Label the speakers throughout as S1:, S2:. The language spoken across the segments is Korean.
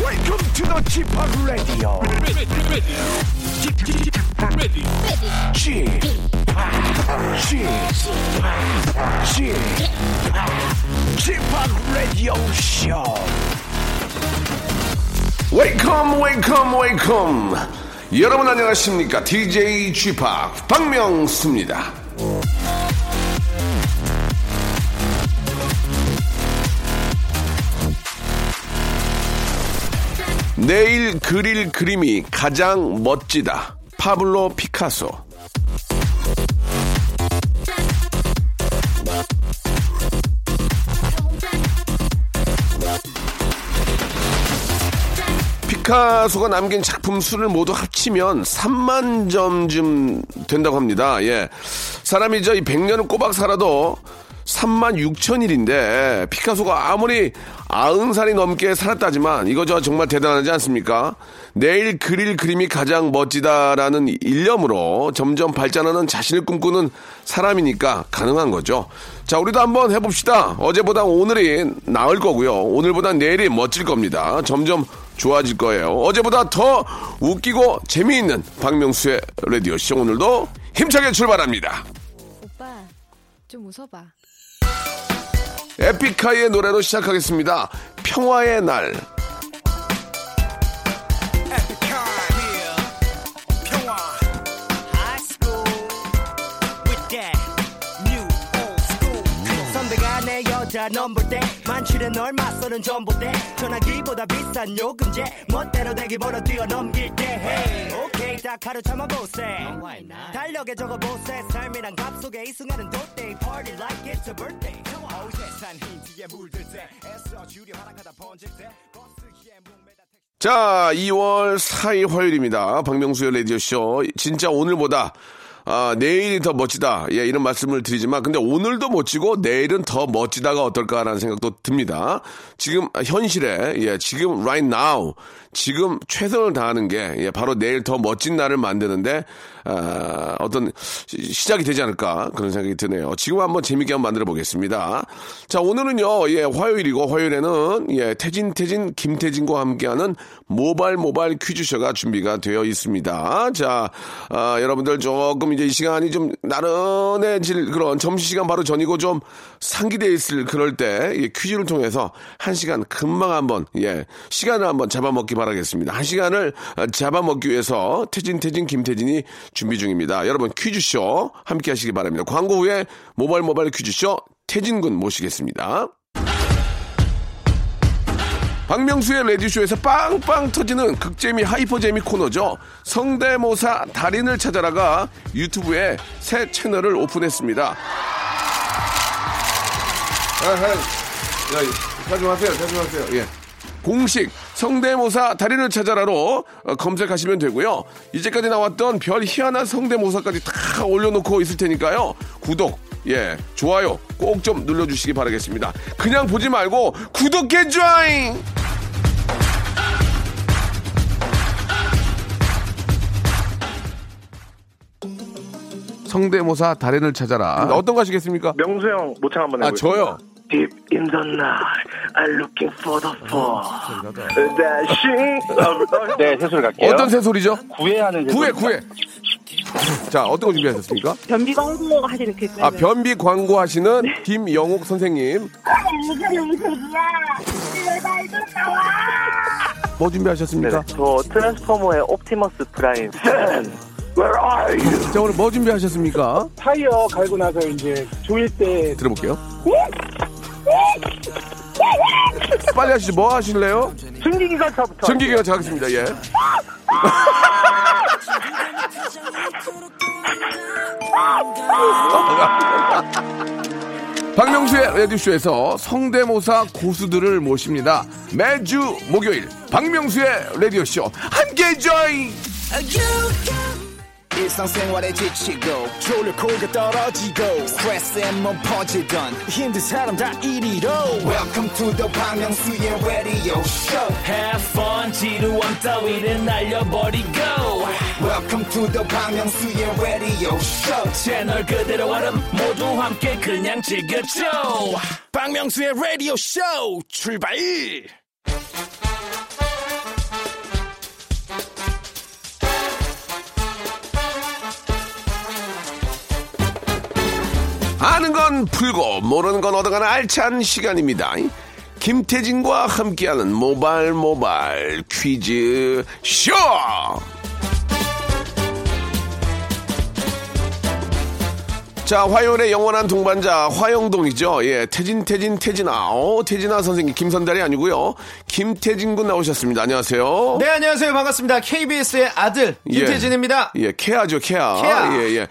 S1: Welcome to the g p o p Radio.
S2: ready, ready, ready, ready.
S1: g p o p g p o p g p o p Radio Show.
S3: 웨이컴 웨이컴 웨이컴 여러분 안녕하십니까 DJ g p o p 박명수입니다 내일 그릴 그림이 가장 멋지다 파블로 피카소 피카소가 남긴 작품 수를 모두 합치면 3만 점쯤 된다고 합니다. 예. 사람이 저이 100년을 꼬박 살아도 3만 6천일인데 피카소가 아무리 90살이 넘게 살았다지만 이거 저 정말 대단하지 않습니까? 내일 그릴 그림이 가장 멋지다라는 일념으로 점점 발전하는 자신을 꿈꾸는 사람이니까 가능한 거죠. 자, 우리도 한번 해봅시다. 어제보다 오늘이 나을 거고요. 오늘보다 내일이 멋질 겁니다. 점점 좋아질 거예요. 어제보다 더 웃기고 재미있는 박명수의 라디오쇼 오늘도 힘차게 출발합니다.
S4: 오빠 좀 웃어봐.
S3: 에픽하이의 노래로 시작하겠습니다. 평화의 날.
S5: 선배가 내 여자 넘볼때 만취는 널 맞서는 전봇대 전화기보다 비싼 요금제 멋대로 대기보러 뛰어넘길 때 hey, 오케이 딱 하루 참아보세 달력에 적어보세 삶이란 값 속에 이 순간은 도떼 party like it's a birthday 어우 세상 힌트에 물들 때 애써 주려 하락하다 번질 때 버스에 목매다 택시
S3: 자, 2월 4일 화요일입니다. 박명수의 라디오쇼. 진짜 오늘보다 아, 내일이 더 멋지다. 예, 이런 말씀을 드리지만, 근데 오늘도 멋지고 내일은 더 멋지다가 어떨까라는 생각도 듭니다. 지금 아, 현실에, 예, 지금 right now, 지금 최선을 다하는 게, 예, 바로 내일 더 멋진 날을 만드는데, 아, 어떤 시- 시작이 되지 않을까 그런 생각이 드네요. 지금 한번 재밌게 한번 만들어 보겠습니다. 자, 오늘은요, 예, 화요일이고, 화요일에는, 예, 태진, 태진, 김태진과 함께하는 모발, 모발 퀴즈쇼가 준비가 되어 있습니다. 자, 아, 여러분들 조금 이제 이 시간이 좀 나른해질 그런 점심시간 바로 전이고 좀 상기돼 있을 그럴 때, 예, 퀴즈를 통해서 한 시간 금방 한번, 예, 시간을 한번 잡아먹기 바라겠습니다. 한 시간을 아, 잡아먹기 위해서 태진, 태진, 김태진이 준비 중입니다. 여러분 퀴즈쇼 함께 하시기 바랍니다. 광고 후에 모발, 모발 퀴즈쇼 태진군 모시겠습니다. 박명수의 레디쇼에서 빵빵 터지는 극재미 하이퍼재미 코너죠. 성대모사 달인을 찾아라가 유튜브에 새 채널을 오픈했습니다. 아, 아, 야, 자중하세요, 자중하세요. 예. 공식 성대모사 달인을 찾아라로 어, 검색하시면 되고요. 이제까지 나왔던 별 희한한 성대모사까지 다 올려놓고 있을 테니까요. 구독, 예, 좋아요 꼭 좀 눌러주시기 바라겠습니다. 그냥 보지 말고 구독해 줘잉! 성대모사 달인을 찾아라. 어떤 거 하시겠습니까?
S6: 명수 형 모창 한번
S3: 아,
S6: 해보세요.
S3: 저요.
S6: Deep in the night, I'm looking for the fall. Dashing. 네, 세수를
S7: 예.
S6: 갈게요.
S3: 어떤 새소리죠?
S6: 구애하는
S3: 구해 구해. 자 어떤 거 준비하셨습니까?
S8: 변비 광고 하시는 그
S3: 아 변비 광고 하시는
S8: 네.
S3: 김영옥 선생님
S8: 아,
S3: 뭐 준비하셨습니까?
S6: 저 트랜스포머의 옵티머스 프라임. Where are you?
S3: 자 오늘 뭐 준비하셨습니까?
S9: 타이어 갈고 나서 이제 조일 때
S3: 들어볼게요. 빨리 하시죠. 뭐 하실래요?
S6: 증기기관차부터.
S3: 전기기가 잘하겠습니다. 예. 박명수의 라디오쇼에서 성대모사 고수들을 모십니다. 매주 목요일 박명수의 라디오쇼 함께 join!
S10: 일상생활에 지치고, 졸려 코가 떨어지고, 스트레스에 몸 퍼지던, 힘든 사람 다 이리로. welcome to the Bang Myung-soo's radio show
S11: Have fun 지루한 따위를 날려버리고
S10: welcome to the Bang Myung-soo's radio show
S11: 채널 그대로 얼음 모두 함께 그냥 즐겨줘
S10: 박명수의 라디오 쇼 출발!
S3: 아는 풀고 모르는 건 얻어가는 알찬 시간입니다. 김태진과 함께하는 모발 모발 퀴즈 쇼. 자, 화요일의 영원한 동반자 화영동이죠. 예, 태진 태진 태진아, 어, 태진아 선생님 김선달이 아니고요. 김태진 군 나오셨습니다. 안녕하세요.
S8: 네, 안녕하세요. 반갑습니다. KBS의 아들 김태진입니다.
S3: 예, 케아죠, 케아.
S8: 케아.
S3: 예, 예.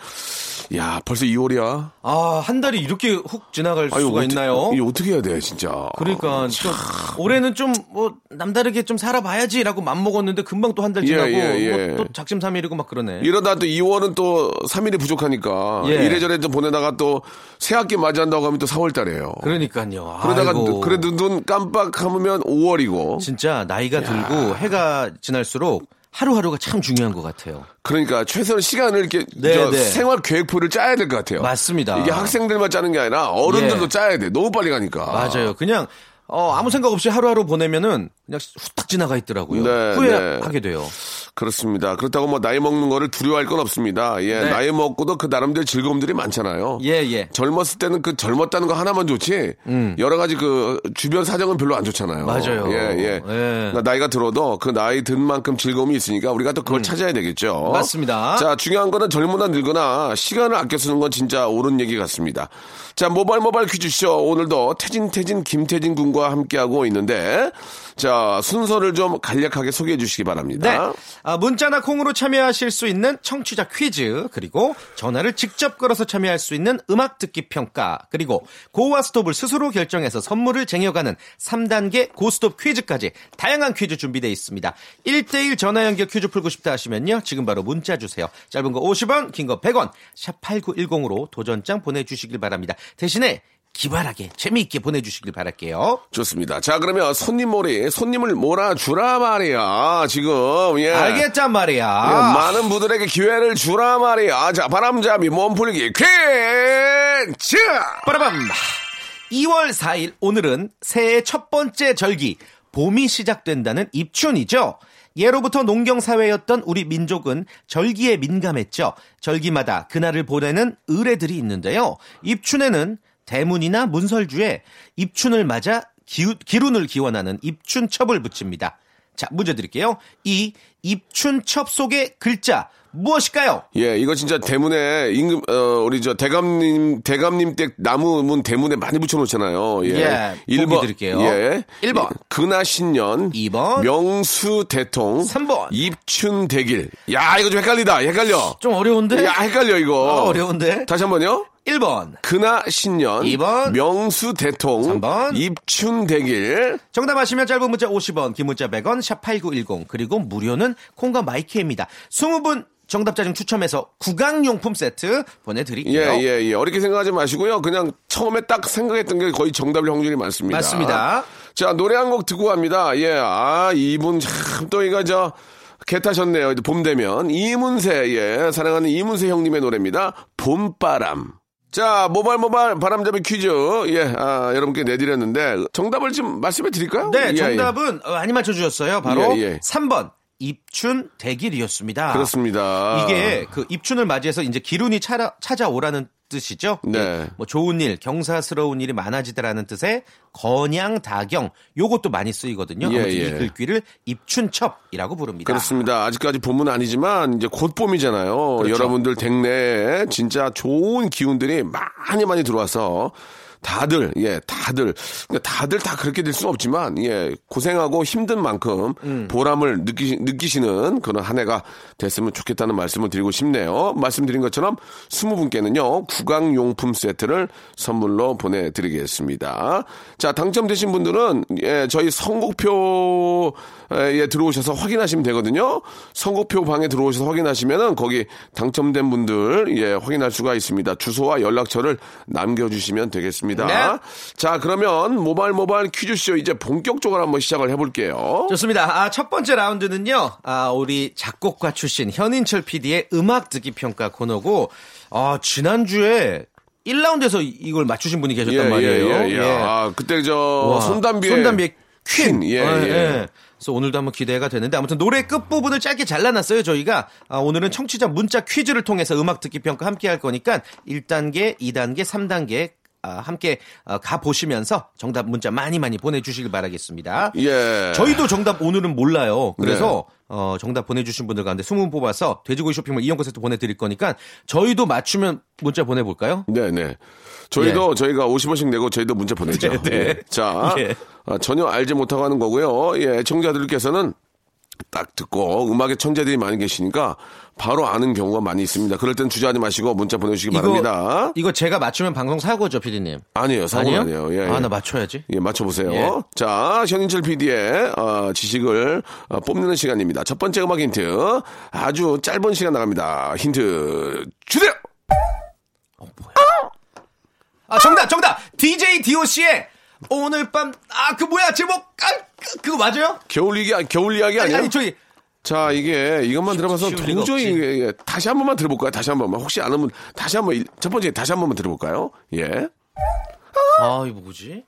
S3: 야, 벌써 2월이야.
S8: 아, 한 달이 아, 이렇게 훅 지나갈 수가 있나요?
S3: 이거 어떻게 해야 돼, 진짜.
S8: 그러니까
S3: 아,
S8: 좀 올해는 좀 뭐 남다르게 좀 살아봐야지라고 맘먹었는데 금방 또 한 달
S3: 예,
S8: 지나고
S3: 예, 예.
S8: 뭐 또 작심삼일이고 막 그러네.
S3: 이러다 또 2월은 또 3일이 부족하니까
S8: 예.
S3: 이래저래 또 보내다가 또 새학기 맞이한다고 하면 또 4월 달이에요.
S8: 그러니까요.
S3: 그러다가
S8: 아이고.
S3: 그래도 눈 깜빡 감으면 5월이고.
S8: 진짜 나이가 들고 해가 지날수록 하루하루가 참 중요한 것 같아요.
S3: 그러니까 최소한 시간을 이렇게
S8: 네,
S3: 저
S8: 네.
S3: 생활 계획표를 짜야 될 것 같아요.
S8: 맞습니다.
S3: 이게 학생들만 짜는 게 아니라 어른들도
S8: 예.
S3: 짜야 돼. 너무 빨리 가니까.
S8: 맞아요. 그냥 어, 아무 생각 없이 하루하루 보내면은 그냥 후딱 지나가 있더라고요.
S3: 네,
S8: 후회하게 돼요.
S3: 그렇습니다. 그렇다고 뭐 나이 먹는 거를 두려워할 건 없습니다. 예,
S8: 네.
S3: 나이 먹고도 그 나름대로 즐거움들이 많잖아요.
S8: 예, 예.
S3: 젊었을 때는 그 젊었다는 거 하나만 좋지 여러 가지 그 주변 사정은 별로 안 좋잖아요.
S8: 음. 맞아요.
S3: 예, 예.
S8: 예.
S3: 나- 나이가 들어도 그 나이 든 만큼 즐거움이 있으니까 우리가 또 그걸 찾아야 되겠죠.
S8: 음. 맞습니다.
S3: 자, 중요한 거는 젊으나 늙거나 시간을 아껴 쓰는 건 진짜 옳은 얘기 같습니다. 자, 모발 모발 퀴즈쇼 오늘도 태진 태진 김태진 군과 함께하고 있는데 자, 순서를 좀 간략하게 소개해 주시기
S8: 네.
S3: 바랍니다.
S8: 아, 문자나 콩으로 참여하실 수 있는 청취자 퀴즈, 그리고 전화를 직접 걸어서 참여할 수 있는 음악 듣기 평가, 그리고 고와 스톱을 스스로 결정해서 선물을 쟁여가는 3단계 고스톱 퀴즈까지 다양한 퀴즈 준비되어 있습니다. 1대1 전화 연결 퀴즈 풀고 싶다 하시면요. 지금 바로 문자 주세요. 짧은 거 50원, 긴 거 100원, 샵8910으로 도전장 보내주시길 바랍니다. 대신에 기발하게, 재미있게 보내주시길 바랄게요.
S3: 좋습니다. 자, 그러면 손님 몰이 손님을 몰아주라 말이야. 지금 예.
S8: 알겠단 말이야.
S3: 예, 많은 분들에게 기회를 주라 말이야. 자, 바람잡이 몸풀기 퀴즈!
S8: 빠라밤! 2월 4일 오늘은 새해 첫 번째 절기 봄이 시작된다는 입춘이죠. 예로부터 농경 사회였던 우리 민족은 절기에 민감했죠. 절기마다 그날을 보내는 의례들이 있는데요. 입춘에는 대문이나 문설주에 입춘을 맞아 기우- 기운을 기원하는 입춘첩을 붙입니다. 자, 문제 드릴게요. 이 입춘첩 속의 글자 무엇일까요?
S3: 예, 이거 진짜 대문에 임금 어, 우리 저 대감님 대감님 댁 나무 문 대문에 많이 붙여 놓잖아요. 예.
S8: 예,
S3: 일 번,
S8: 보기 드릴게요.
S3: 예.
S8: 일 번.
S3: 그나 신년.
S8: 이 번.
S3: 명수 대통.
S8: 삼 번.
S3: 입춘 대길. 야, 이거 좀 헷갈리다. 헷갈려.
S8: 좀 어려운데?
S3: 야, 헷갈려 이거.
S8: 아, 어려운데?
S3: 다시 한 번요.
S8: 1번.
S3: 그나 신년
S8: 이 번.
S3: 명수 대통
S8: 삼 번.
S3: 입춘 대길
S8: 정답 아시면 짧은 문자 50원, 긴 문자 100원, 샵8910, 그리고 무료는 콩과 마이키입니다. 20분 정답자 중 추첨해서 구강용품 세트 보내드릴게요.
S3: 예, 예, 예. 어렵게 생각하지 마시고요. 그냥 처음에 딱 생각했던 게 거의 정답일 확률이 많습니다.
S8: 맞습니다.
S3: 자, 노래 한 곡 듣고 갑니다. 예, 아, 이분 참 또 이거 저, 개 타셨네요. 이제 봄 되면. 이문세, 예. 사랑하는 이문세 형님의 노래입니다. 봄바람. 자, 모발모발 바람잡이 퀴즈. 예, 아, 여러분께 내드렸는데, 정답을 지금 말씀해 드릴까요? 예,
S8: 네,
S3: 예.
S8: 정답은 어, 많이 맞춰주셨어요. 바로
S3: 예, 예.
S8: 3번. 입춘 대길이었습니다.
S3: 그렇습니다.
S8: 이게 그 입춘을 맞이해서 이제 기운이 차라- 찾아오라는 뜻이죠.
S3: 네.
S8: 뭐 좋은 일, 경사스러운 일이 많아지다라는 뜻의 건양 다경 요것도 많이 쓰이거든요.
S3: 예,
S8: 아무튼 이
S3: 예.
S8: 글귀를 입춘첩이라고 부릅니다.
S3: 그렇습니다. 아직까지 봄은 아니지만 이제 곧 봄이잖아요.
S8: 그렇죠.
S3: 여러분들 댁내에 진짜 좋은 기운들이 많이 많이 들어와서 다들 예 다들 근데 다들 다 그렇게 될 수는 없지만 예 고생하고 힘든 만큼
S8: 음.
S3: 보람을 느끼, 느끼시는 그런 한 해가 됐으면 좋겠다는 말씀을 드리고 싶네요. 말씀드린 것처럼 20분께는요 구강용품 세트를 선물로 보내드리겠습니다. 자 당첨되신 분들은 예 저희 선곡표 에, 예, 들어오셔서 확인하시면 되거든요. 선거표 방에 들어오셔서 확인하시면은 거기 당첨된 분들 예, 확인할 수가 있습니다. 주소와 연락처를 남겨주시면 되겠습니다.
S8: 네.
S3: 자, 그러면 모발 모발 퀴즈쇼 이제 본격적으로 한번 시작을 해볼게요.
S8: 좋습니다. 아, 첫 번째 라운드는요, 아, 우리 작곡가 출신 현인철 PD의 음악 듣기 평가 코너고, 아, 지난주에 1라운드에서 이걸 맞추신 분이 계셨단 말이에요.
S3: 예, 예, 예. 아, 그때 저
S8: 와,
S3: 손담비의
S8: 손담비의
S3: 퀸. 예,
S8: 아,
S3: 예.
S8: 예. 그래서 오늘도 한번 기대가 되는데 아무튼 노래 끝부분을 짧게 잘라놨어요 저희가 아, 오늘은 청취자 문자 퀴즈를 통해서 음악 듣기 평가 함께 할 거니까 1단계, 2단계, 3단계 아, 함께 가 보시면서 정답 문자 많이 많이 보내주시길 바라겠습니다.
S3: 예.
S8: 저희도 정답 오늘은 몰라요. 그래서
S3: 네.
S8: 어, 정답 보내주신 분들 가운데 20분 뽑아서 돼지고기 쇼핑몰 이용권 세트 보내드릴 거니까 저희도 맞추면 문자 보내볼까요?
S3: 네네. 저희도 저희가 50원씩 내고 저희도 문제 보내죠.
S8: 예. 네, 네.
S3: 예. 자,
S8: 예.
S3: 아, 전혀 알지 못하고 하는 거고요. 예, 청자들께서는 딱 듣고 음악의 천재들이 많이 계시니까 바로 아는 경우가 많이 있습니다. 그럴 땐 주저하지 마시고 문자 보내주시기 바랍니다.
S8: 이거 제가 맞추면 방송 사고죠, 피디님.
S3: 아니에요, 사고
S8: 아니에요?
S3: 아니에요. 예, 예.
S8: 아, 나 맞춰야지.
S3: 예, 맞춰보세요.
S8: 예.
S3: 자, 현인철 PD의 지식을 어, 뽐내는 시간입니다. 첫 번째 음악 힌트. 아주 짧은 시간 나갑니다. 힌트 주세요!
S8: 아, 정답, 정답! DJ DOC의 오늘 밤, 아, 그 뭐야, 제목, 아, 그, 그거 맞아요?
S3: 겨울 이기 겨울 이야기 아니에요?
S8: 아니, 저기,
S3: 자, 이게 이것만 들어봐서
S8: 쉬울 리가
S3: 도저히
S8: 없지.
S3: 이게- 예, 다시 한 번만 들어볼까요? 다시 한 번만. 혹시 아는 분 다시 한 번, 일- 첫 번째 다시 한 번만 들어볼까요? 예.
S8: 네? 아, 이거 뭐지?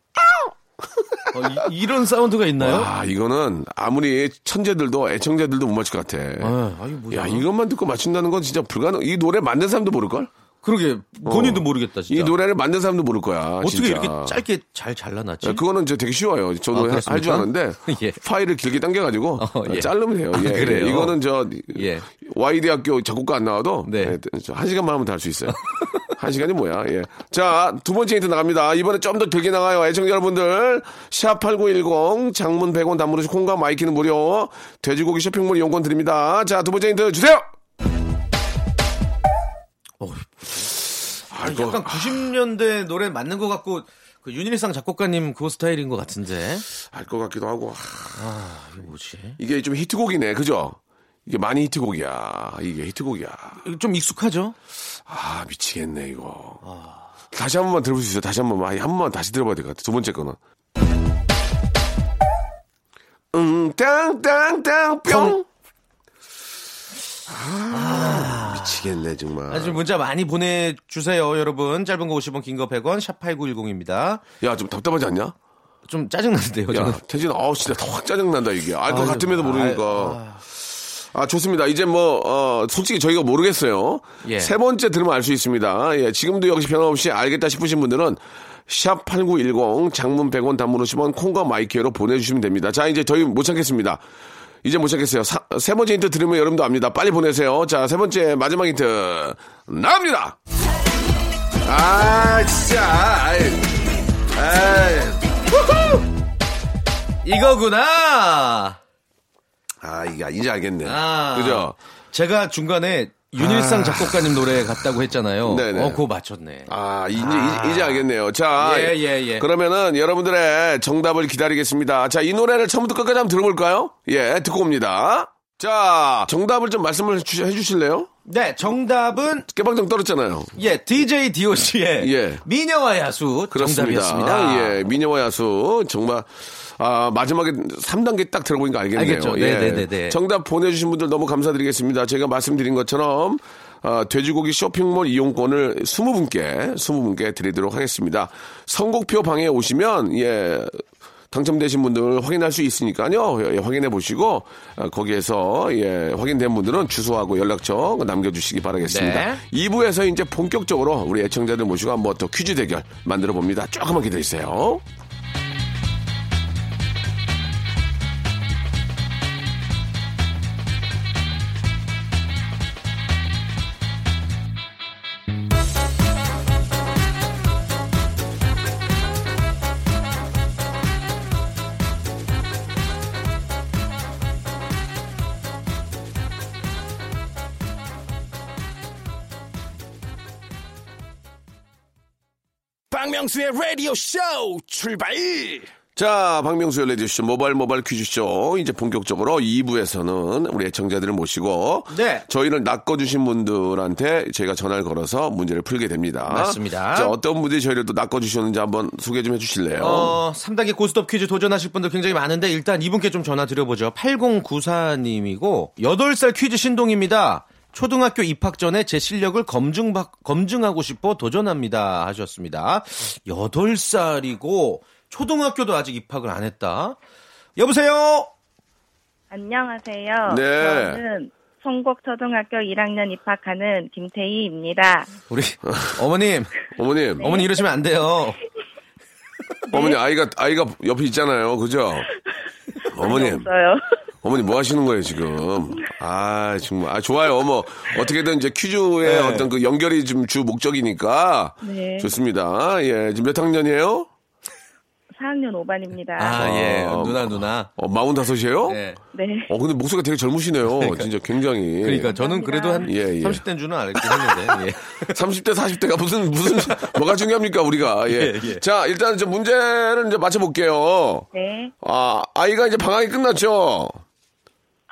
S8: 어, 이, 런 사운드가 있나요?
S3: 아, 이거는 아무리 천재들도 애청자들도 못 맞출 것 같아.
S8: 아, 아, 이거 뭐야.
S3: 야, 이것만 듣고 맞춘다는 건 진짜 불가능. 이 노래 만든 사람도 모를걸?
S8: 그러게, 본인도 모르겠다,
S3: 어.
S8: 진짜.
S3: 이 노래를 만든 사람도 모를 거야.
S8: 어떻게
S3: 진짜.
S8: 이렇게 짧게 잘 잘라놨지?
S3: 예, 그거는 이제 되게 쉬워요.
S8: 아,
S3: 저도
S8: 그렇습니까?
S3: 할 줄 아는데
S8: 예.
S3: 파일을 길게 당겨가지고
S8: 어, 예.
S3: 자르면 돼요.
S8: 아,
S3: 예,
S8: 그래요?
S3: 예. 이거는 저
S8: 예.
S3: Y 대학교 작곡가 안 나와도
S8: 네.
S3: 예, 저한 시간만 하면 다 할 수 있어요. 한 시간이 뭐야? 예. 자, 두 번째 힌트 나갑니다. 이번에 좀 더 길게 나가요. 애청자 여러분들. 샵8910 장문 100원 단문으로 콩과 마이키는 무료. 돼지고기 쇼핑몰 이용권 드립니다. 자, 두 번째 힌트 주세요.
S8: 어, 아니, 약간 그 90년대 노래 맞는 것 같고, 그 윤일상 작곡가님 그 스타일인 것 같은데.
S3: 알 것 같기도 하고. 아,
S8: 이거 뭐지?
S3: 이게 좀 히트곡이네. 그죠? 이게 많이 히트곡이야. 이게 히트곡이야.
S8: 이거 좀 익숙하죠?
S3: 아 미치겠네 이거. 다시 한 번만 들어볼 수 있어요. 다시 한 번만. 아니, 한 번만 다시 들어봐야 될 것 같아. 두 번째 거는. 응, 땅, 땅, 땅, 뿅. 아, 미치겠네 정말.
S8: 아주 문자 많이 보내주세요, 여러분. 짧은 거 50원, 긴 거 100원, 샵8910입니다.
S3: 야, 좀 답답하지 않냐?
S8: 좀 짜증나는데요,
S3: 야,
S8: 저는.
S3: 태진, 아우, 진짜 확 짜증난다, 이게. 알 것
S8: 아유, 뭐,
S3: 같음에도 모르니까.
S8: 아유,
S3: 아, 좋습니다. 이제 뭐, 어, 솔직히 저희가 모르겠어요.
S8: 예.
S3: 세 번째 들으면 알 수 있습니다. 예, 지금도 역시 변함없이 알겠다 싶으신 분들은 샵8910 장문 100원 단문 50원 콩과 마이크로 보내주시면 됩니다. 자, 이제 저희 못 참겠습니다. 이제 못 참겠어요. 사- 세 번째 힌트 들으면 여러분도 압니다. 빨리 보내세요. 자, 세 번째 마지막 힌트 나옵니다. 아, 진짜. 아이, 아이.
S8: 이거구나!
S3: 아, 이게 이제 알겠네.
S8: 아.
S3: 그죠? 아.
S8: 제가 중간에 윤일상 작곡가님 노래 같다고 했잖아요.
S3: 네네.
S8: 어, 그거 맞췄네.
S3: 아, 이제, 이제, 이제 알겠네요. 자,
S8: 예, 예, 예.
S3: 그러면은 여러분들의 정답을 기다리겠습니다. 자, 이 노래를 처음부터 끝까지 한번 들어볼까요? 예, 듣고 옵니다. 자, 정답을 좀 말씀을 주- 해주실래요?
S8: 네, 정답은
S3: 깨방정 떨었잖아요.
S8: 예, DJ DOC의
S3: 예.
S8: 미녀와 야수
S3: 그렇습니다.
S8: 정답이었습니다.
S3: 예, 미녀와 야수. 정말, 아, 마지막에 3단계 딱 들어보니까 알겠네요.
S8: 알겠죠. 네,
S3: 예.
S8: 네, 네, 네.
S3: 정답 보내주신 분들 너무 감사드리겠습니다. 제가 말씀드린 것처럼, 아, 돼지고기 쇼핑몰 이용권을 20분께, 20분께 드리도록 하겠습니다. 선곡표 방에 오시면, 예, 당첨되신 분들 확인할 수 있으니까요. 예, 확인해 보시고 아, 거기에서 예, 확인된 분들은 주소하고 연락처 남겨주시기 바라겠습니다.
S8: 네.
S3: 2부에서 이제 본격적으로 우리 애청자들 모시고 한번 더 퀴즈 대결 만들어 봅니다. 조금만 기다리세요.
S1: 박명수의 라디오 쇼 출발
S3: 자, 박명수의 레디쇼 모바일 모바일 퀴즈쇼 이제 본격적으로 2부에서는 우리 애청자들을 모시고
S8: 네.
S3: 저희를 낚아주신 분들한테 저희가 전화를 걸어서 문제를 풀게 됩니다.
S8: 맞습니다.
S3: 자, 어떤 분들이 저희를 또 낚아주셨는지 한번 소개 좀 해주실래요?
S8: 어, 3단계 고스톱 퀴즈 도전하실 분들 굉장히 많은데 일단 이분께 좀 전화 드려보죠. 8094님이고 8살 퀴즈 신동입니다. 초등학교 입학 전에 제 실력을 검증 검증하고 싶어 도전합니다 하셨습니다. 8살이고 초등학교도 아직 입학을 안 했다. 여보세요.
S12: 안녕하세요.
S3: 네.
S12: 저는 송곡초등학교 1학년 입학하는 김태희입니다.
S8: 우리 어머님,
S3: 어머님,
S8: 어머니 이러시면 안 돼요.
S3: 어머니 아이가 아이가 옆에 있잖아요, 그죠? 어머님,
S12: 없어요.
S3: 어머니 뭐 하시는 거예요 지금? 아 정말 아 좋아요. 뭐 어떻게든 이제 퀴즈의
S12: 네.
S3: 어떤 그 연결이 지금 주 목적이니까
S12: 네.
S3: 좋습니다. 예, 지금 몇 학년이에요?
S12: 4학년 5반입니다.
S3: 아.
S8: 예. 누나, 누나. 예.
S3: 어, 마흔 다섯이에요?
S12: 네.
S3: 어 근데 목소리가 되게 젊으시네요. 진짜 굉장히.
S8: 그러니까 저는 그래도 한
S3: 예,
S8: 30대인 줄은 알긴 했는데. 예.
S3: 30대 40대가 무슨 무슨 뭐가 중요합니까 우리가. 예.
S8: 예, 예.
S3: 자 일단 이제 문제를 이제 맞춰볼게요.
S12: 네.
S3: 아 아이가 이제 방학이 끝났죠.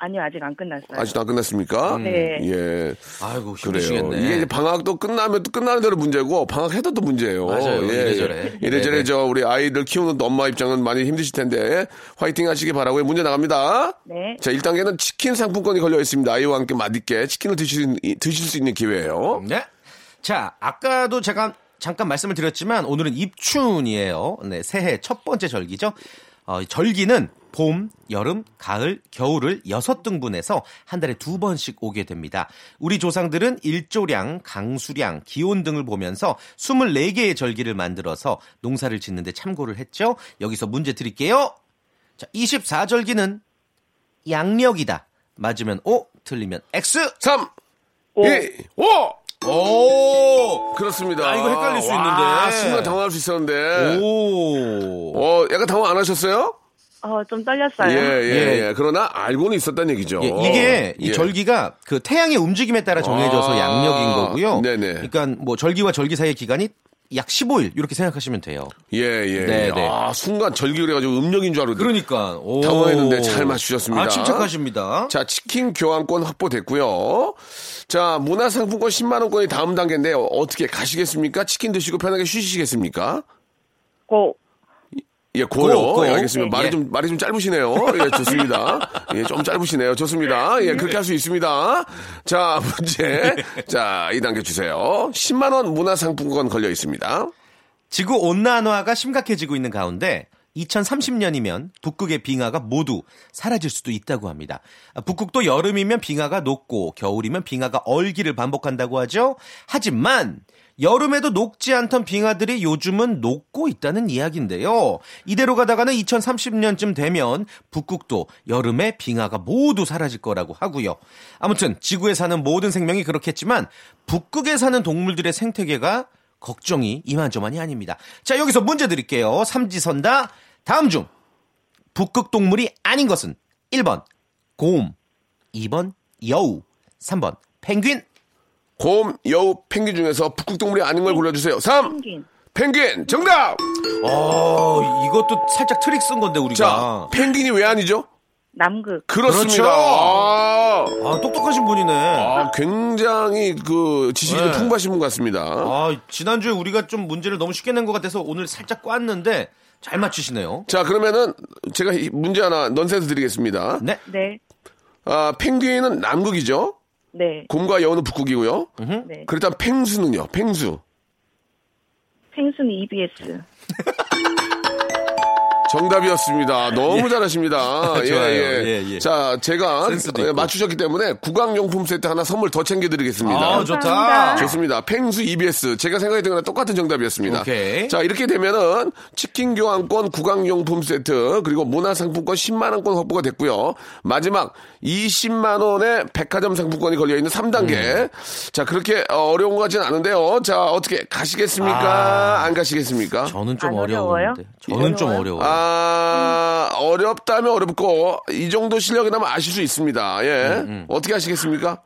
S12: 아니요, 아직 안 끝났어요.
S3: 아직도 안 끝났습니까?
S12: 네.
S3: 예.
S8: 아이고,
S3: 그래요.
S8: 힘드시겠네.
S3: 이게 이제 방학도 끝나면 또 끝나는 대로 문제고 방학해도 또 문제예요.
S8: 맞아요. 이래저래.
S3: 이래저래
S8: 네네.
S3: 저 우리 아이들 키우는 또 엄마 입장은 많이 힘드실 텐데 화이팅 하시기 바라고요. 문제 나갑니다.
S12: 네.
S3: 자, 1단계는 치킨 상품권이 걸려 있습니다. 아이와 함께 맛있게 치킨을 드실, 드실 수 있는 기회예요.
S8: 네. 자, 아까도 제가 잠깐 말씀을 드렸지만 오늘은 입춘이에요. 네, 새해 첫 번째 절기죠. 어, 이 절기는 봄, 여름, 가을, 겨울을 여섯 등분해서 한 달에 두 번씩 오게 됩니다. 우리 조상들은 일조량, 강수량, 기온 등을 보면서 24개의 절기를 만들어서 농사를 짓는데 참고를 했죠. 여기서 문제 드릴게요. 자, 24절기는 양력이다. 맞으면 O, 틀리면 X.
S3: 3,
S8: 5.
S3: 1, 5!
S8: 오!
S3: 그렇습니다.
S8: 아, 이거 헷갈릴 수
S3: 와,
S8: 있는데.
S3: 순간 당황할 수 있었는데.
S8: 네. 오.
S3: 어, 약간 당황 안 하셨어요?
S12: 어, 좀 떨렸어요.
S3: 예, 예, 예. 그러나 알고는 있었다는 얘기죠.
S8: 예, 이게 이
S3: 예.
S8: 절기가 그 태양의 움직임에 따라 정해져서
S3: 아,
S8: 양력인 거고요.
S3: 네네.
S8: 그러니까 뭐 절기와 절기 사이의 기간이 약 15일 이렇게 생각하시면 돼요.
S3: 예, 예.
S8: 네,
S3: 예.
S8: 네.
S3: 아, 순간 절기를 해가지고 음력인 줄 알았는데.
S8: 그러니까 오.
S3: 당황했는데 네, 잘 맞추셨습니다.
S8: 아, 침착하십니다.
S3: 자, 치킨 교환권 확보됐고요. 자, 문화상품권 10만원권이 다음 단계인데 어, 어떻게 가시겠습니까? 치킨 드시고 편하게 쉬시겠습니까?
S12: 고.
S3: 예, 고요.
S8: 고, 고.
S3: 예, 알겠습니다.
S8: 네,
S3: 말이
S8: 예.
S3: 좀, 말이 좀 짧으시네요. 예, 좋습니다. 예, 좀 짧으시네요. 좋습니다. 예, 그렇게 할 수 있습니다. 자, 문제. 자, 이단계 주세요. 10만원 문화상품권 걸려 있습니다.
S8: 지구 온난화가 심각해지고 있는 가운데 2030년이면 북극의 빙하가 모두 사라질 수도 있다고 합니다. 아, 북극도 여름이면 빙하가 녹고 겨울이면 빙하가 얼기를 반복한다고 하죠. 하지만 여름에도 녹지 않던 빙하들이 요즘은 녹고 있다는 이야기인데요. 이대로 가다가는 2030년쯤 되면 북극도 여름에 빙하가 모두 사라질 거라고 하고요. 아무튼 지구에 사는 모든 생명이 그렇겠지만 북극에 사는 동물들의 생태계가 걱정이 이만저만이 아닙니다. 자, 여기서 문제 드릴게요. 삼지선다. 다음 중 북극 동물이 아닌 것은 1번 곰, 2번 여우, 3번 펭귄.
S3: 곰, 여우, 펭귄 중에서 북극동물이 아닌 걸 골라주세요. 3,
S12: 펭귄.
S3: 펭귄, 정답!
S8: 어, 이것도 살짝 트릭 쓴 건데 우리가.
S3: 자, 펭귄이 왜 아니죠?
S12: 남극.
S3: 그렇습니다.
S8: 아. 그렇죠.
S3: 아,
S8: 아, 똑똑하신 분이네. 아,
S3: 아, 굉장히 그 지식이 좀
S8: 네.
S3: 풍부하신 분 같습니다.
S8: 아, 지난주에 우리가 좀 문제를 너무 쉽게 낸 것 같아서 오늘 살짝 꼈는데 잘 맞추시네요.
S3: 자, 그러면은 제가 이 문제 하나 넌센스 드리겠습니다.
S8: 네.
S12: 네.
S3: 아, 펭귄은 남극이죠.
S12: 네.
S3: 곰과 여우는 북극이고요.
S12: 네.
S3: 그렇다면 펭수는요. 펭수.
S12: 펭수는 EBS.
S3: 정답이었습니다. 너무 잘하십니다. 예,
S8: 예. 좋아요.
S3: 예.
S8: 예, 예.
S3: 자, 제가
S8: 센스도
S3: 예,
S8: 있고.
S3: 맞추셨기 때문에 구강용품 세트 하나 선물 더 챙겨드리겠습니다.
S8: 아, 좋다.
S12: 네, 감사합니다.
S3: 좋습니다. 펭수 EBS. 제가 생각했던 거랑 똑같은 정답이었습니다.
S8: 오케이.
S3: 자, 이렇게 되면은 치킨 교환권, 구강용품 세트, 그리고 문화상품권 10만원권 확보가 됐고요. 마지막 20만원의 백화점 상품권이 걸려있는 3단계.
S8: 음.
S3: 자, 그렇게 어, 어려운 것 같진 않은데요. 자, 어떻게 가시겠습니까?
S8: 아.
S3: 안 가시겠습니까?
S8: 저는 좀
S12: 안 어려워요?
S8: 어려운데. 저는 좀 어려워요.
S3: 아, 어렵다면 어렵고, 이 정도 실력이라면 아실 수 있습니다. 예.
S8: 음,
S3: 어떻게 하시겠습니까?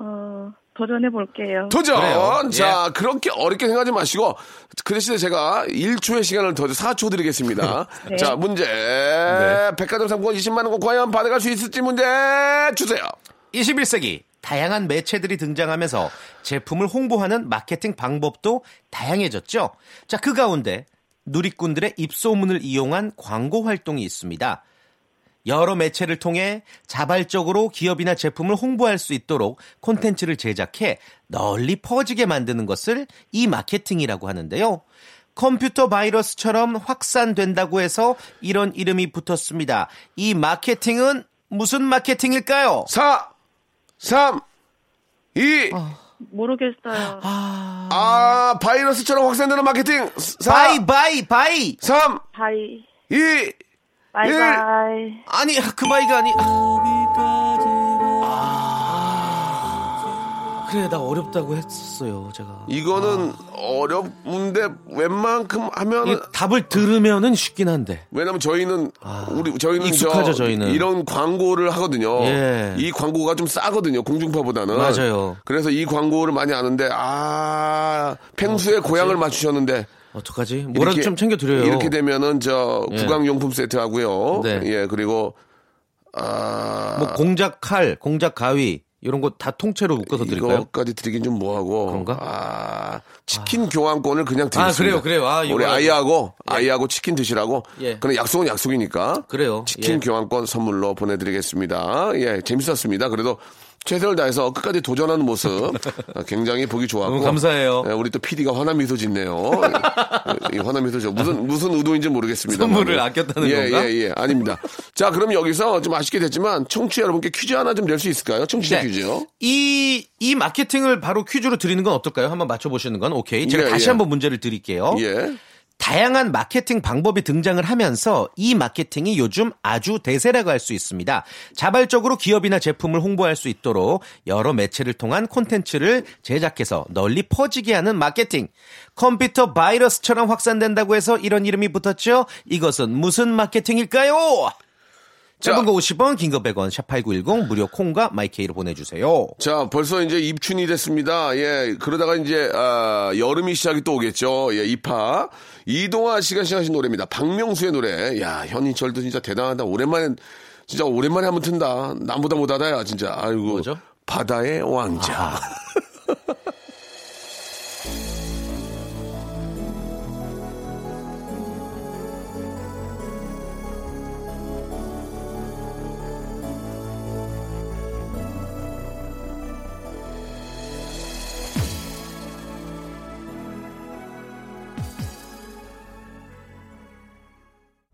S12: 어, 도전해 볼게요.
S3: 도전!
S8: 그래요.
S3: 자, 그렇게 어렵게 생각하지 마시고, 그 대신에 제가 1초의 시간을 더 4초 드리겠습니다.
S12: 네.
S3: 자, 문제. 백화점 상품권 20만원 과연 받아갈 수 있을지 문제 주세요.
S8: 21세기 다양한 매체들이 등장하면서 제품을 홍보하는 마케팅 방법도 다양해졌죠. 자, 그 가운데 누리꾼들의 입소문을 이용한 광고 활동이 있습니다. 여러 매체를 통해 자발적으로 기업이나 제품을 홍보할 수 있도록 콘텐츠를 제작해 널리 퍼지게 만드는 것을 이 마케팅이라고 하는데요. 컴퓨터 바이러스처럼 확산된다고 해서 이런 이름이 붙었습니다. 이 마케팅은 무슨 마케팅일까요?
S3: 4, 3, 2,
S12: 모르겠어요.
S3: 어. 아, 바이러스처럼 확산되는 마케팅. 4, 바이,
S8: 바이, 바이.
S3: 3,
S12: 바이.
S3: 2, 예.
S12: 바이바이.
S8: 아니 그 바이가 아니. 아. 그래 나 어렵다고 했었어요 제가.
S3: 이거는 어렵운데 웬만큼
S8: 이
S3: 하면은
S8: 답을 들으면은 쉽긴 한데.
S3: 왜냐면 저희는 우리 저희는
S8: 아, 익숙하죠,
S3: 저
S8: 저희는.
S3: 이런 광고를 하거든요.
S8: 예.
S3: 이 광고가 좀 싸거든요. 공중파보다는.
S8: 맞아요.
S3: 그래서 이 광고를 많이 아는데 아 펭수의 고향을 맞추셨는데
S8: 어떡하지? 어, 뭐라도 좀 챙겨드려요.
S3: 이렇게 되면은 저
S8: 예.
S3: 구강용품 세트 하고요.
S8: 네.
S3: 예 그리고 아
S8: 뭐 공작 칼, 공작 가위 이런 거 다 통째로 묶어서 드릴까요?
S3: 이거까지 드리긴 좀 뭐하고
S8: 그런가?
S3: 아 치킨 교환권을 그냥 드리겠습니다.
S8: 그래요, 그래요. 아, 이거
S3: 우리
S8: 아주-
S3: 아이하고 아이하고 치킨 드시라고.
S8: 예.
S3: 그런 약속은 약속이니까.
S8: 그래요.
S3: 치킨
S8: 예.
S3: 교환권 선물로 보내드리겠습니다. 예, 재밌었습니다. 그래도 최선을 다해서 끝까지 도전하는 모습 아, 굉장히 보기 좋았고
S8: 너무 감사해요.
S3: 예, 우리 또 PD가 화난 미소 짓네요. 예, 이 화난 미소죠. 무슨 무슨 의도인지 모르겠습니다.
S8: 선물을 아꼈다는
S3: 예,
S8: 건가?
S3: 예, 예, 아닙니다. 자, 그럼 여기서 좀 아쉽게 됐지만 청취자 여러분께 퀴즈 하나 좀 낼 수 있을까요? 청취자
S8: 네.
S3: 퀴즈요.
S8: 이, 이 마케팅을 바로 퀴즈로 드리는 건 어떨까요? 한번 맞춰보시는 건 오케이. 제가
S3: 예,
S8: 다시
S3: 예.
S8: 한번 문제를 드릴게요.
S3: 예.
S8: 다양한 마케팅 방법이 등장을 하면서 이 마케팅이 요즘 아주 대세라고 할 수 있습니다. 자발적으로 기업이나 제품을 홍보할 수 있도록 여러 매체를 통한 콘텐츠를 제작해서 널리 퍼지게 하는 마케팅. 컴퓨터 바이러스처럼 확산된다고 해서 이런 이름이 붙었죠? 이것은 무슨 마케팅일까요? 짧은 거 50원, 긴 거 100원, 샵8910 무료 콩과 마이케이로 보내주세요.
S3: 자, 벌써 이제 입춘이 됐습니다. 예, 그러다가 이제 아, 여름이 시작이 또 오겠죠. 예, 입하 이동아 씨가 시작하신 노래입니다. 박명수의 노래. 야, 현인철도 진짜 대단하다. 오랜만에 진짜 오랜만에 한번 튼다. 남보다 못하다야 진짜. 아이고. 바다의 왕자.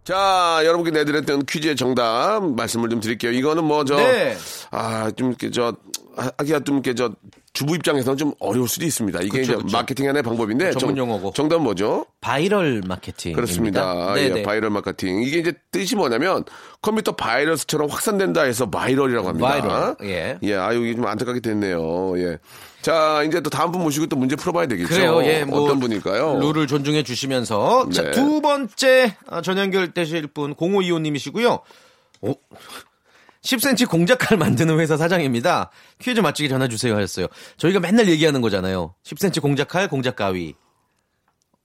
S3: 자, 여러분께 내드렸던 퀴즈의 정답 말씀을 좀 드릴게요. 이거는 뭐 저,
S8: 네.
S3: 아, 좀 이렇게 저, 하- 하기가 좀 이렇게 저, 주부 입장에서는 좀 어려울 수도 있습니다. 이게
S8: 그쵸,
S3: 이제
S8: 그쵸.
S3: 마케팅 하나의 방법인데.
S8: 전문 용어고.
S3: 정답 뭐죠?
S8: 바이럴 마케팅.
S3: 그렇습니다. 음, 예, 바이럴 마케팅. 이게 이제 뜻이 뭐냐면 컴퓨터 바이러스처럼 확산된다 해서 바이럴이라고 합니다.
S8: 바이럴, 예.
S3: 아유, 이게 좀 안타깝게 됐네요. 예. 자, 이제 또 다음 분 모시고 또 문제 풀어봐야 되겠죠.
S8: 그래요. 예, 뭐
S3: 어떤 분일까요?
S8: 룰을 존중해 주시면서 자,
S3: 네.
S8: 두 번째 아, 전연결 되실 분 0525님이시고요. 오, 10cm 공작칼 만드는 회사 사장입니다. 퀴즈 맞추기 전화 주세요 하셨어요. 저희가 맨날 얘기하는 거잖아요. 10cm 공작칼, 공작가위,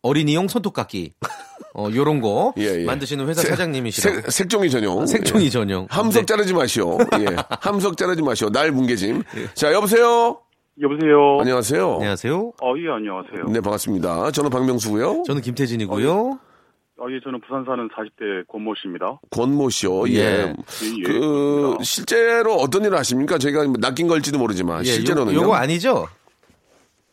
S8: 어린이용 손톱깎이, 어 요런 거
S3: 예, 예.
S8: 만드시는 회사
S3: 색-
S8: 사장님이시라고. 아,
S3: 색- 색종이 전용.
S8: 색종이
S3: 예.
S8: 전용.
S3: 함석
S8: 네.
S3: 자르지 마시오. 예. 함석 자르지 마시오. 날 뭉개짐. 자, 여보세요? 여보세요? 안녕하세요?
S8: 예. 안녕하세요.
S7: 어, 예, 안녕하세요.
S3: 네, 반갑습니다. 저는 박명수고요.
S8: 저는 김태진이고요.
S7: 어, 예, 저는 부산 사는 40대 권모 씨입니다.
S3: 권모 씨요. 예.
S7: 예. 예,
S3: 그 실제로 어떤 일을 하십니까? 저희가 뭐 낚인 걸지도 모르지만 실제로는요.
S8: 거 예, 아니죠?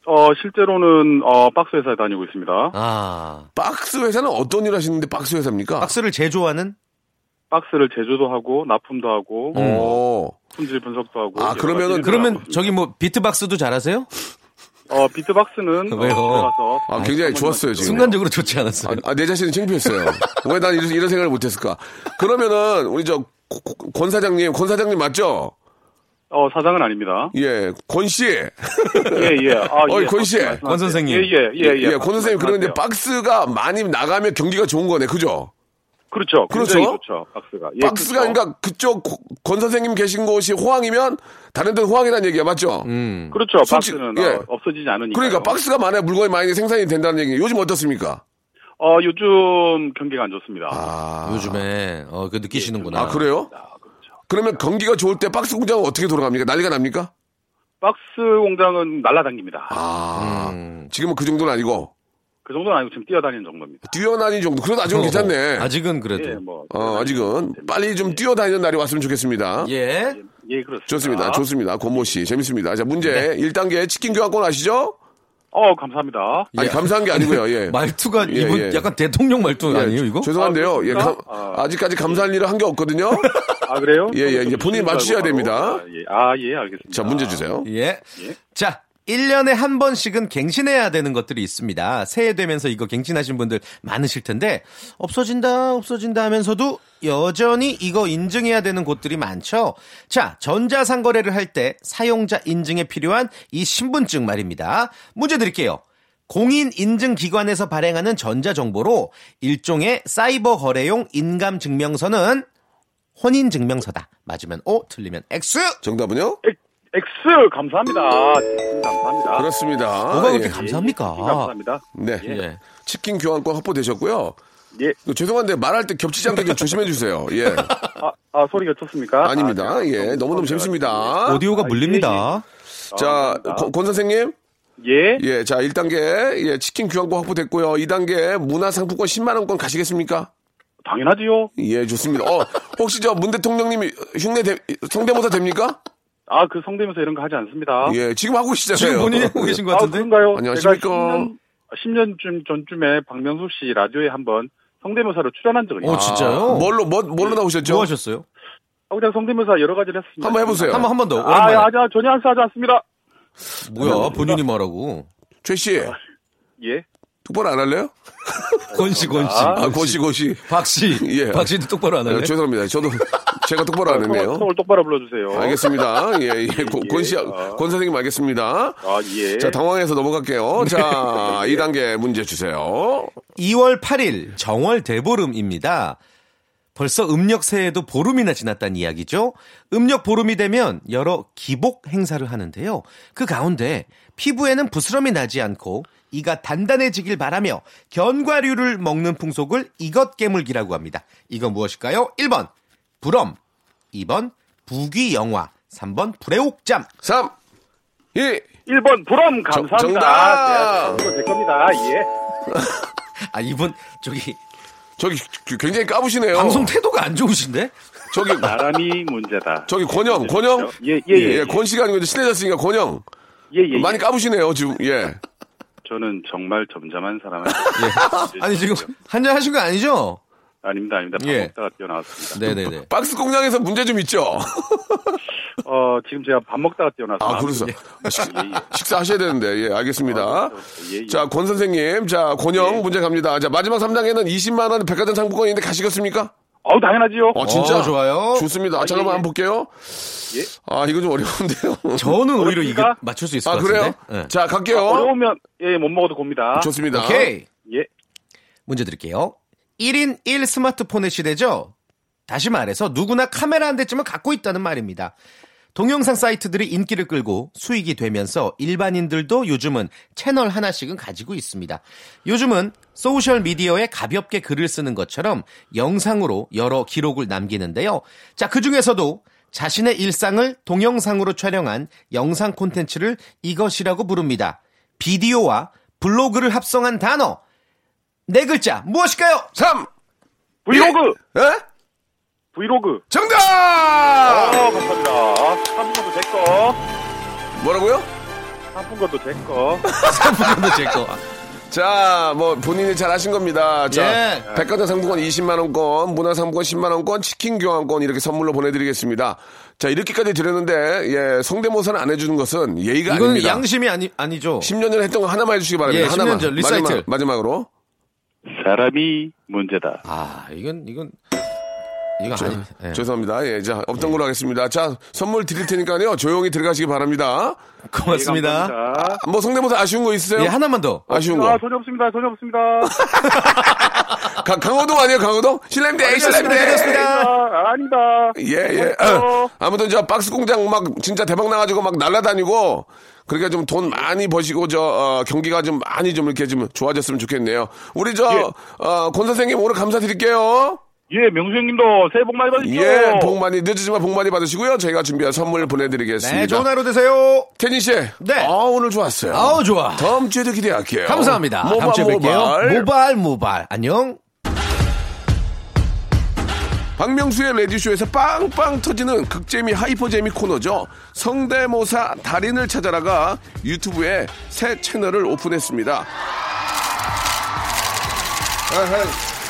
S7: 어, 실제로는, 어, 박스 회사에 다니고 있습니다.
S8: 아.
S3: 박스 회사는 어떤 일 하시는데 박스 회사입니까?
S8: 박스를 제조하는?
S7: 박스를 제조도 하고, 납품도 하고,
S3: 어. 오.
S7: 품질 분석도 하고.
S8: 아
S7: 여러
S8: 그러면은
S7: 가지
S8: 그러면
S7: 일을
S8: 저기 뭐 비트박스도 잘하세요?
S7: 하고. 어, 비트박스는.
S8: 왜요?
S7: 들어가서
S3: 아, 굉장히 좋았어요, 지금.
S8: 순간적으로 좋지 않았어요.
S3: 아, 내 자신이 창피했어요. 왜 난 이런, 이런 생각을 못했을까? 그러면은 우리 저 권 사장님, 권 사장님 맞죠?
S7: 어, 사장은 아닙니다.
S3: 예, 권 씨.
S7: 예, 예. 아,
S3: 어이,
S7: 예.
S3: 권 씨.
S7: 말씀하세요. 권 선생님. 예, 예, 예, 예.
S3: 권 선생님, 그런데
S7: 말씀하세요.
S3: 박스가 많이 나가면 경기가 좋은 거네, 그죠?
S7: 그렇죠.
S3: 그렇죠?
S7: 굉장히 좋죠. 박스가. 예,
S3: 박스가,
S7: 그렇죠.
S3: 그러니까 그쪽 고- 권 선생님 계신 곳이 호황이면 다른 데는 호황이라는 얘기야, 맞죠?
S7: 그렇죠.
S3: 솔직히-
S7: 박스는
S3: 예.
S7: 어, 없어지지 않으니까.
S3: 그러니까 박스가 많아야 물건이 많이 생산이 된다는 얘기. 요즘 어떻습니까?
S7: 어, 요즘 경기가 안 좋습니다.
S8: 요즘에 어, 그 느끼시는구나.
S3: 아, 그래요? 그러면 경기가 좋을 때 박스 공장은 어떻게 돌아갑니까? 난리가 납니까?
S7: 박스 공장은 날라다닙니다.
S3: 아,
S8: 음.
S3: 지금은 그 정도는 아니고
S7: 그 정도는 아니고 지금 뛰어다니는 정도입니다.
S3: 뛰어다니는 정도. 그래도 아직은
S8: 어,
S3: 괜찮네.
S8: 아직은 그래도.
S7: 예, 뭐.
S3: 어, 아직은 빨리 좀 뛰어다니는 날이 왔으면 좋겠습니다.
S8: 예.
S7: 예, 그렇습니다.
S3: 좋습니다. 좋습니다. 고모 씨. 재밌습니다. 자, 문제.
S7: 네.
S3: 1단계 치킨 교환권 아시죠?
S7: 어, 감사합니다.
S3: 아니 감사한 게 아니고요. 예.
S8: 말투가 이분 약간 대통령 말투 아니에요, 이거?
S3: 죄송한데요.
S8: 아,
S3: 예,
S8: 그렇습니까?
S3: 감- 아직까지 감사할 일을 한 게 없거든요. 아 그래요? 예예. 이제 본인이 맞추셔야 됩니다.
S7: 아, 예, 알겠습니다.
S3: 자 문제 주세요.
S8: 예. 자, 1년에 한 번씩은 갱신해야 되는 것들이 있습니다. 새해 되면서 이거 갱신하신 분들 많으실 텐데, 없어진다, 없어진다 하면서도 여전히 이거 인증해야 되는 곳들이 많죠. 자, 전자상거래를 할 때 사용자 인증에 필요한 이 신분증 말입니다. 문제 드릴게요. 공인인증기관에서 발행하는 전자정보로 일종의 사이버 거래용 인감증명서는 혼인증명서다. 맞으면 O, 틀리면 X!
S3: 정답은요?
S7: X 감사합니다. 아, 감사합니다.
S3: 그렇습니다.
S8: 뭐가 그렇게
S3: 예.
S8: 감사합니까?
S7: 예, 감사합니다.
S3: 네.
S7: 예.
S3: 치킨 교환권 확보되셨고요. 그 죄송한데 말할 때 겹치지 않게 좀 조심해 주세요. 예.
S7: 아, 아, 소리 겹쳤습니까?
S3: 아닙니다.
S7: 아, 네.
S3: 예. 너무너무 재밌습니다.
S8: 오디오가
S3: 물립니다. 자, 권, 권 선생님.
S7: 예.
S3: 예. 자, 1단계. 예. 치킨 교환권 확보됐고요. 2단계. 문화상품권 10만원권 가시겠습니까?
S7: 당연하지요.
S3: 예, 좋습니다. 어, 혹시 저 문 대통령님이 흉내, 대, 성대모사 됩니까?
S7: 아, 그 성대모사 이런 거 하지 않습니다.
S3: 예, 지금 하고 계시잖아요. 어. 지금 본인이 하고 계신 것 같은데?
S7: 아, 그런가요?
S3: 안녕하십니까?
S7: 제가 10년, 10년쯤 전쯤에 박명수 씨 라디오에 한번 성대모사로 출연한 적이 있어요.
S3: 아, 뭘로, 뭐, 뭘로 나오셨죠? 뭐 하셨어요? 예.
S7: 아, 그냥 성대모사 여러 가지를 했습니다.
S3: 한번 해보세요. 한번, 한번 더, 오랜만에.
S7: 아, 아, 아, 전혀 안 싸지 않습니다.
S8: 뭐야, 본인이 말하고.
S3: 최 씨.
S7: 예.
S3: 똑바로 안 할래요?
S8: 권씨, 권씨.
S3: 아, 고시, 고시.
S8: 박씨.
S3: 예.
S8: 박씨도 똑바로 안 할래요?
S3: 아, 죄송합니다. 저도, 제가 똑바로 안 했네요. 아,
S7: 성을 똑바로 불러주세요.
S3: 알겠습니다. 예, 예. 고- 권 씨, 권 선생님 알겠습니다.
S7: 아, 예.
S3: 자, 당황해서 넘어갈게요. 자, 2단계 문제 주세요.
S8: 2월 8일 정월 대보름입니다. 벌써 음력 새해도 보름이나 지났다는 이야기죠. 음력 보름이 되면 여러 기복 행사를 하는데요. 그 가운데 피부에는 부스럼이 나지 않고 이가 단단해지길 바라며 견과류를 먹는 풍속을 이것 깨물기라고 합니다. 이건 무엇일까요? 1번 불엄 2번 부귀영화 3번 불의옥잠
S3: 3 2
S7: 1번 불엄
S8: 정-
S7: 감사합니다.
S8: 정답!
S7: 네, 이거 제 겁니다. 예.
S8: 아 이분 저기
S3: 저기 굉장히 까부시네요.
S8: 방송 태도가 안 좋으신데?
S3: 저기
S7: 나람이 문제다.
S3: 저기 권영, 권영.
S7: 예, 예, 예.
S3: 권 씨가 아니고 이제 친해졌으니까 권영.
S7: 예, 예, 예.
S3: 많이 까부시네요, 지금. 예.
S7: 저는 정말 점잖은 사람을.
S3: 예.
S8: 아니 지금
S7: 네.
S8: 한잔 하신 거 아니죠?
S7: 아닙니다, 아닙니다. 밥
S8: 예.
S7: 먹다가 뛰어나왔습니다.
S8: 네네네.
S3: 박스 공장에서 문제 좀 있죠?
S7: 어, 지금 제가 밥 먹다가 예. 뛰어나왔습니다.
S3: 아, 그러세요. 식사하셔야 되는데, 예, 알겠습니다.
S7: 예, 예.
S3: 자, 권 선생님. 자, 권영 문제 갑니다. 자, 마지막 3단계는 20만원 백화점 상품권인데 가시겠습니까?
S7: 어우, 당연하지요.
S3: 어, 진짜?
S8: 어, 좋아요. 예,
S3: 좋습니다. 아, 잠깐만 한번 볼게요. 아, 이거 좀 어려운데요.
S8: 저는 오히려 이게
S7: 어렵습니까?
S8: 맞출 수 있을
S3: 아,
S8: 것
S3: 그래요?
S8: 같은데. 예.
S3: 자, 갈게요.
S7: 어려우면, 예, 못 먹어도 곱니다.
S3: 좋습니다.
S8: 오케이.
S7: 예.
S8: 문제 드릴게요. 1인 1 스마트폰의 시대죠. 다시 말해서 누구나 카메라 한 대쯤은 갖고 있다는 말입니다. 동영상 사이트들이 인기를 끌고 수익이 되면서 일반인들도 요즘은 채널 하나씩은 가지고 있습니다. 요즘은 소셜 미디어에 가볍게 글을 쓰는 것처럼 영상으로 여러 기록을 남기는데요. 자, 그 중에서도 자신의 일상을 동영상으로 촬영한 영상 콘텐츠를 이것이라고 부릅니다. 비디오와 블로그를 합성한 단어 네 글자 무엇일까요?
S3: 3!
S7: 브이로그!
S3: 예?
S7: 브이로그.
S3: 정답!
S7: 아, 감사합니다. 상품권도 제 거.
S3: 뭐라고요?
S7: 상품권도 제 거. 예,
S8: 상품권도 제 거.
S3: 자, 뭐 본인이 잘 하신 겁니다. 자,
S8: 예.
S3: 백화점 상품권 20만 원권, 문화 상품권 10만 원권, 치킨 교환권 이렇게 선물로 보내드리겠습니다. 자, 이렇게까지 드렸는데 예, 성대모사는 안 해주는 것은 예의가
S8: 이건
S3: 아닙니다.
S8: 양심이 아니 아니죠.
S3: 10년 전에 했던 거 하나만 해주시기 바랍니다.
S8: 예, 10년
S3: 하나만.
S8: 전 리사이틀.
S3: 마지막, 마지막으로.
S7: 사람이 문제다.
S8: 아 이건 이건 이건 아니. 예.
S3: 네. 죄송합니다. 예, 자, 없던 걸로 하겠습니다. 자, 선물 드릴 테니까요. 조용히 들어가시기 바랍니다.
S7: 예,
S8: 고맙습니다.
S7: 감사합니다.
S3: 뭐 성대모사 아쉬운 거 있으세요?
S8: 예 하나만 더.
S3: 아쉬운
S7: 아,
S3: 거.
S7: 전혀 없습니다. 전혀 없습니다.
S3: 가- 강호동 아니에요, 강호동? 실례입니다. 실례입니다.
S8: 드렸습니다.
S7: 아, 아닙니다.
S3: 예, 예.
S7: 어.
S3: 아무튼 저 박스 공장 막 진짜 대박 나가지고 막 날라다니고 그러니까 좀 돈 많이 버시고 저 어, 경기가 좀 많이 좀 이렇게 좀 좋아졌으면 좋겠네요. 우리 저 어, 권 선생님 오늘 감사드릴게요.
S7: 예, 명수 형님도 새해 복 많이 받으십시오.
S3: 예, 복 많이 늦으지만 복 많이 받으시고요. 저희가 준비한 선물 보내드리겠습니다.
S8: 네 좋은 하루 되세요.
S3: 태진 씨,
S8: 네.
S3: 아 오늘 좋았어요.
S8: 아우 좋아.
S3: 다음 주에도 기대할게요.
S8: 감사합니다.
S3: 모발,
S8: 다음 주에 뵐게요.
S3: 모발.
S8: 모발 모발 안녕.
S3: 박명수의 레디쇼에서 빵빵 터지는 극재미 하이퍼재미 코너죠. 성대모사 달인을 찾아라가 유튜브에 새 채널을 오픈했습니다. 아,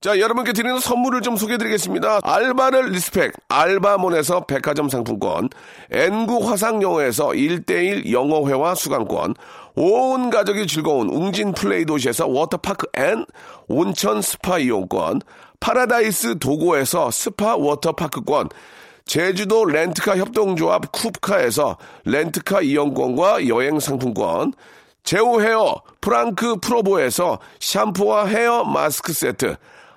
S3: 자, 여러분께 드리는 선물을 좀 소개해드리겠습니다. 알바를 리스펙, 알바몬에서 백화점 상품권, N구 화상영어에서 1대1 영어회화 수강권, 온 가족이 즐거운 웅진 플레이 도시에서 워터파크 앤 온천 스파 이용권, 파라다이스 도고에서 스파 워터파크권, 제주도 렌트카 협동조합 쿱카에서 렌트카 이용권과 여행 상품권, 제오 헤어 프랑크 프로보에서 샴푸와 헤어 마스크 세트,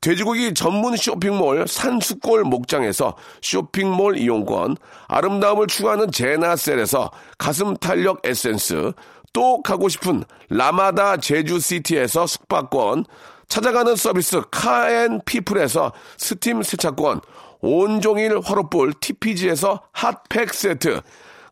S3: 돼지고기 전문 쇼핑몰 산수골 목장에서 쇼핑몰 이용권, 아름다움을 추구하는 제나셀에서 가슴 탄력 에센스, 또 가고 싶은 라마다 제주시티에서 숙박권, 찾아가는 서비스 카앤피플에서 스팀 세차권, 온종일 화롯불 TPG에서 핫팩 세트,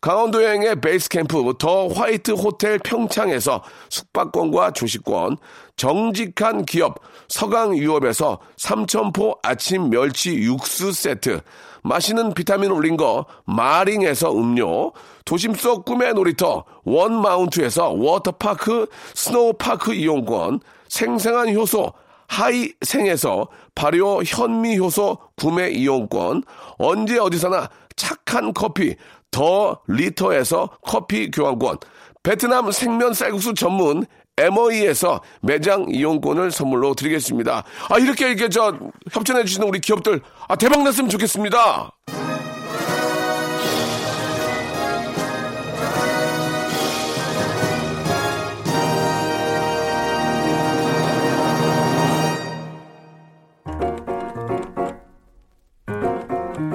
S3: 강원도 여행의 베이스캠프 더 화이트 호텔 평창에서 숙박권과 조식권, 정직한 기업 서강유업에서 삼천포 아침 멸치 육수 세트, 마시는 비타민 올린 거 마링에서 음료, 도심 속 꿈의 놀이터 원마운트에서 워터파크 스노우파크 이용권, 생생한 효소 하이생에서 발효 현미 효소 구매 이용권, 언제 어디서나 착한 커피 더 리터에서 커피 교환권, 베트남 생면 쌀국수 전문 MOE에서 매장 이용권을 선물로 드리겠습니다. 아, 이렇게, 이렇게 저 협찬해주시는 우리 기업들, 아, 대박 났으면 좋겠습니다.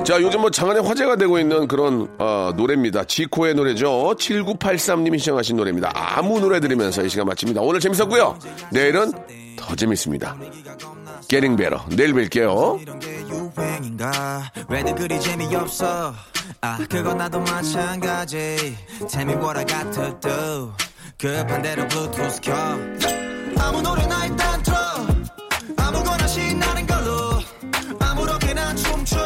S3: 자, 요즘 뭐 장안의 화제가 되고 있는 그런 어, 노래입니다. 지코의 노래죠. 7983님이 시청하신 노래입니다. 아무 노래 들으면서 이 시간 마칩니다. 오늘 재밌었고요. 내일은 더 재밌습니다. Getting better. 내일 뵐게요.
S13: 유행인가 왜들 그리 재미없어 아 그건 나도 마찬가지 Tell me what I got to do 그 반대로 블루투스 켜 아무 노래나 일단 틀어 아무거나 신나는 걸로 아무렇게나 춤춰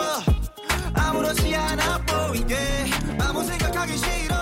S13: 아무렇지 않아 보이게 아무 생각하기 싫어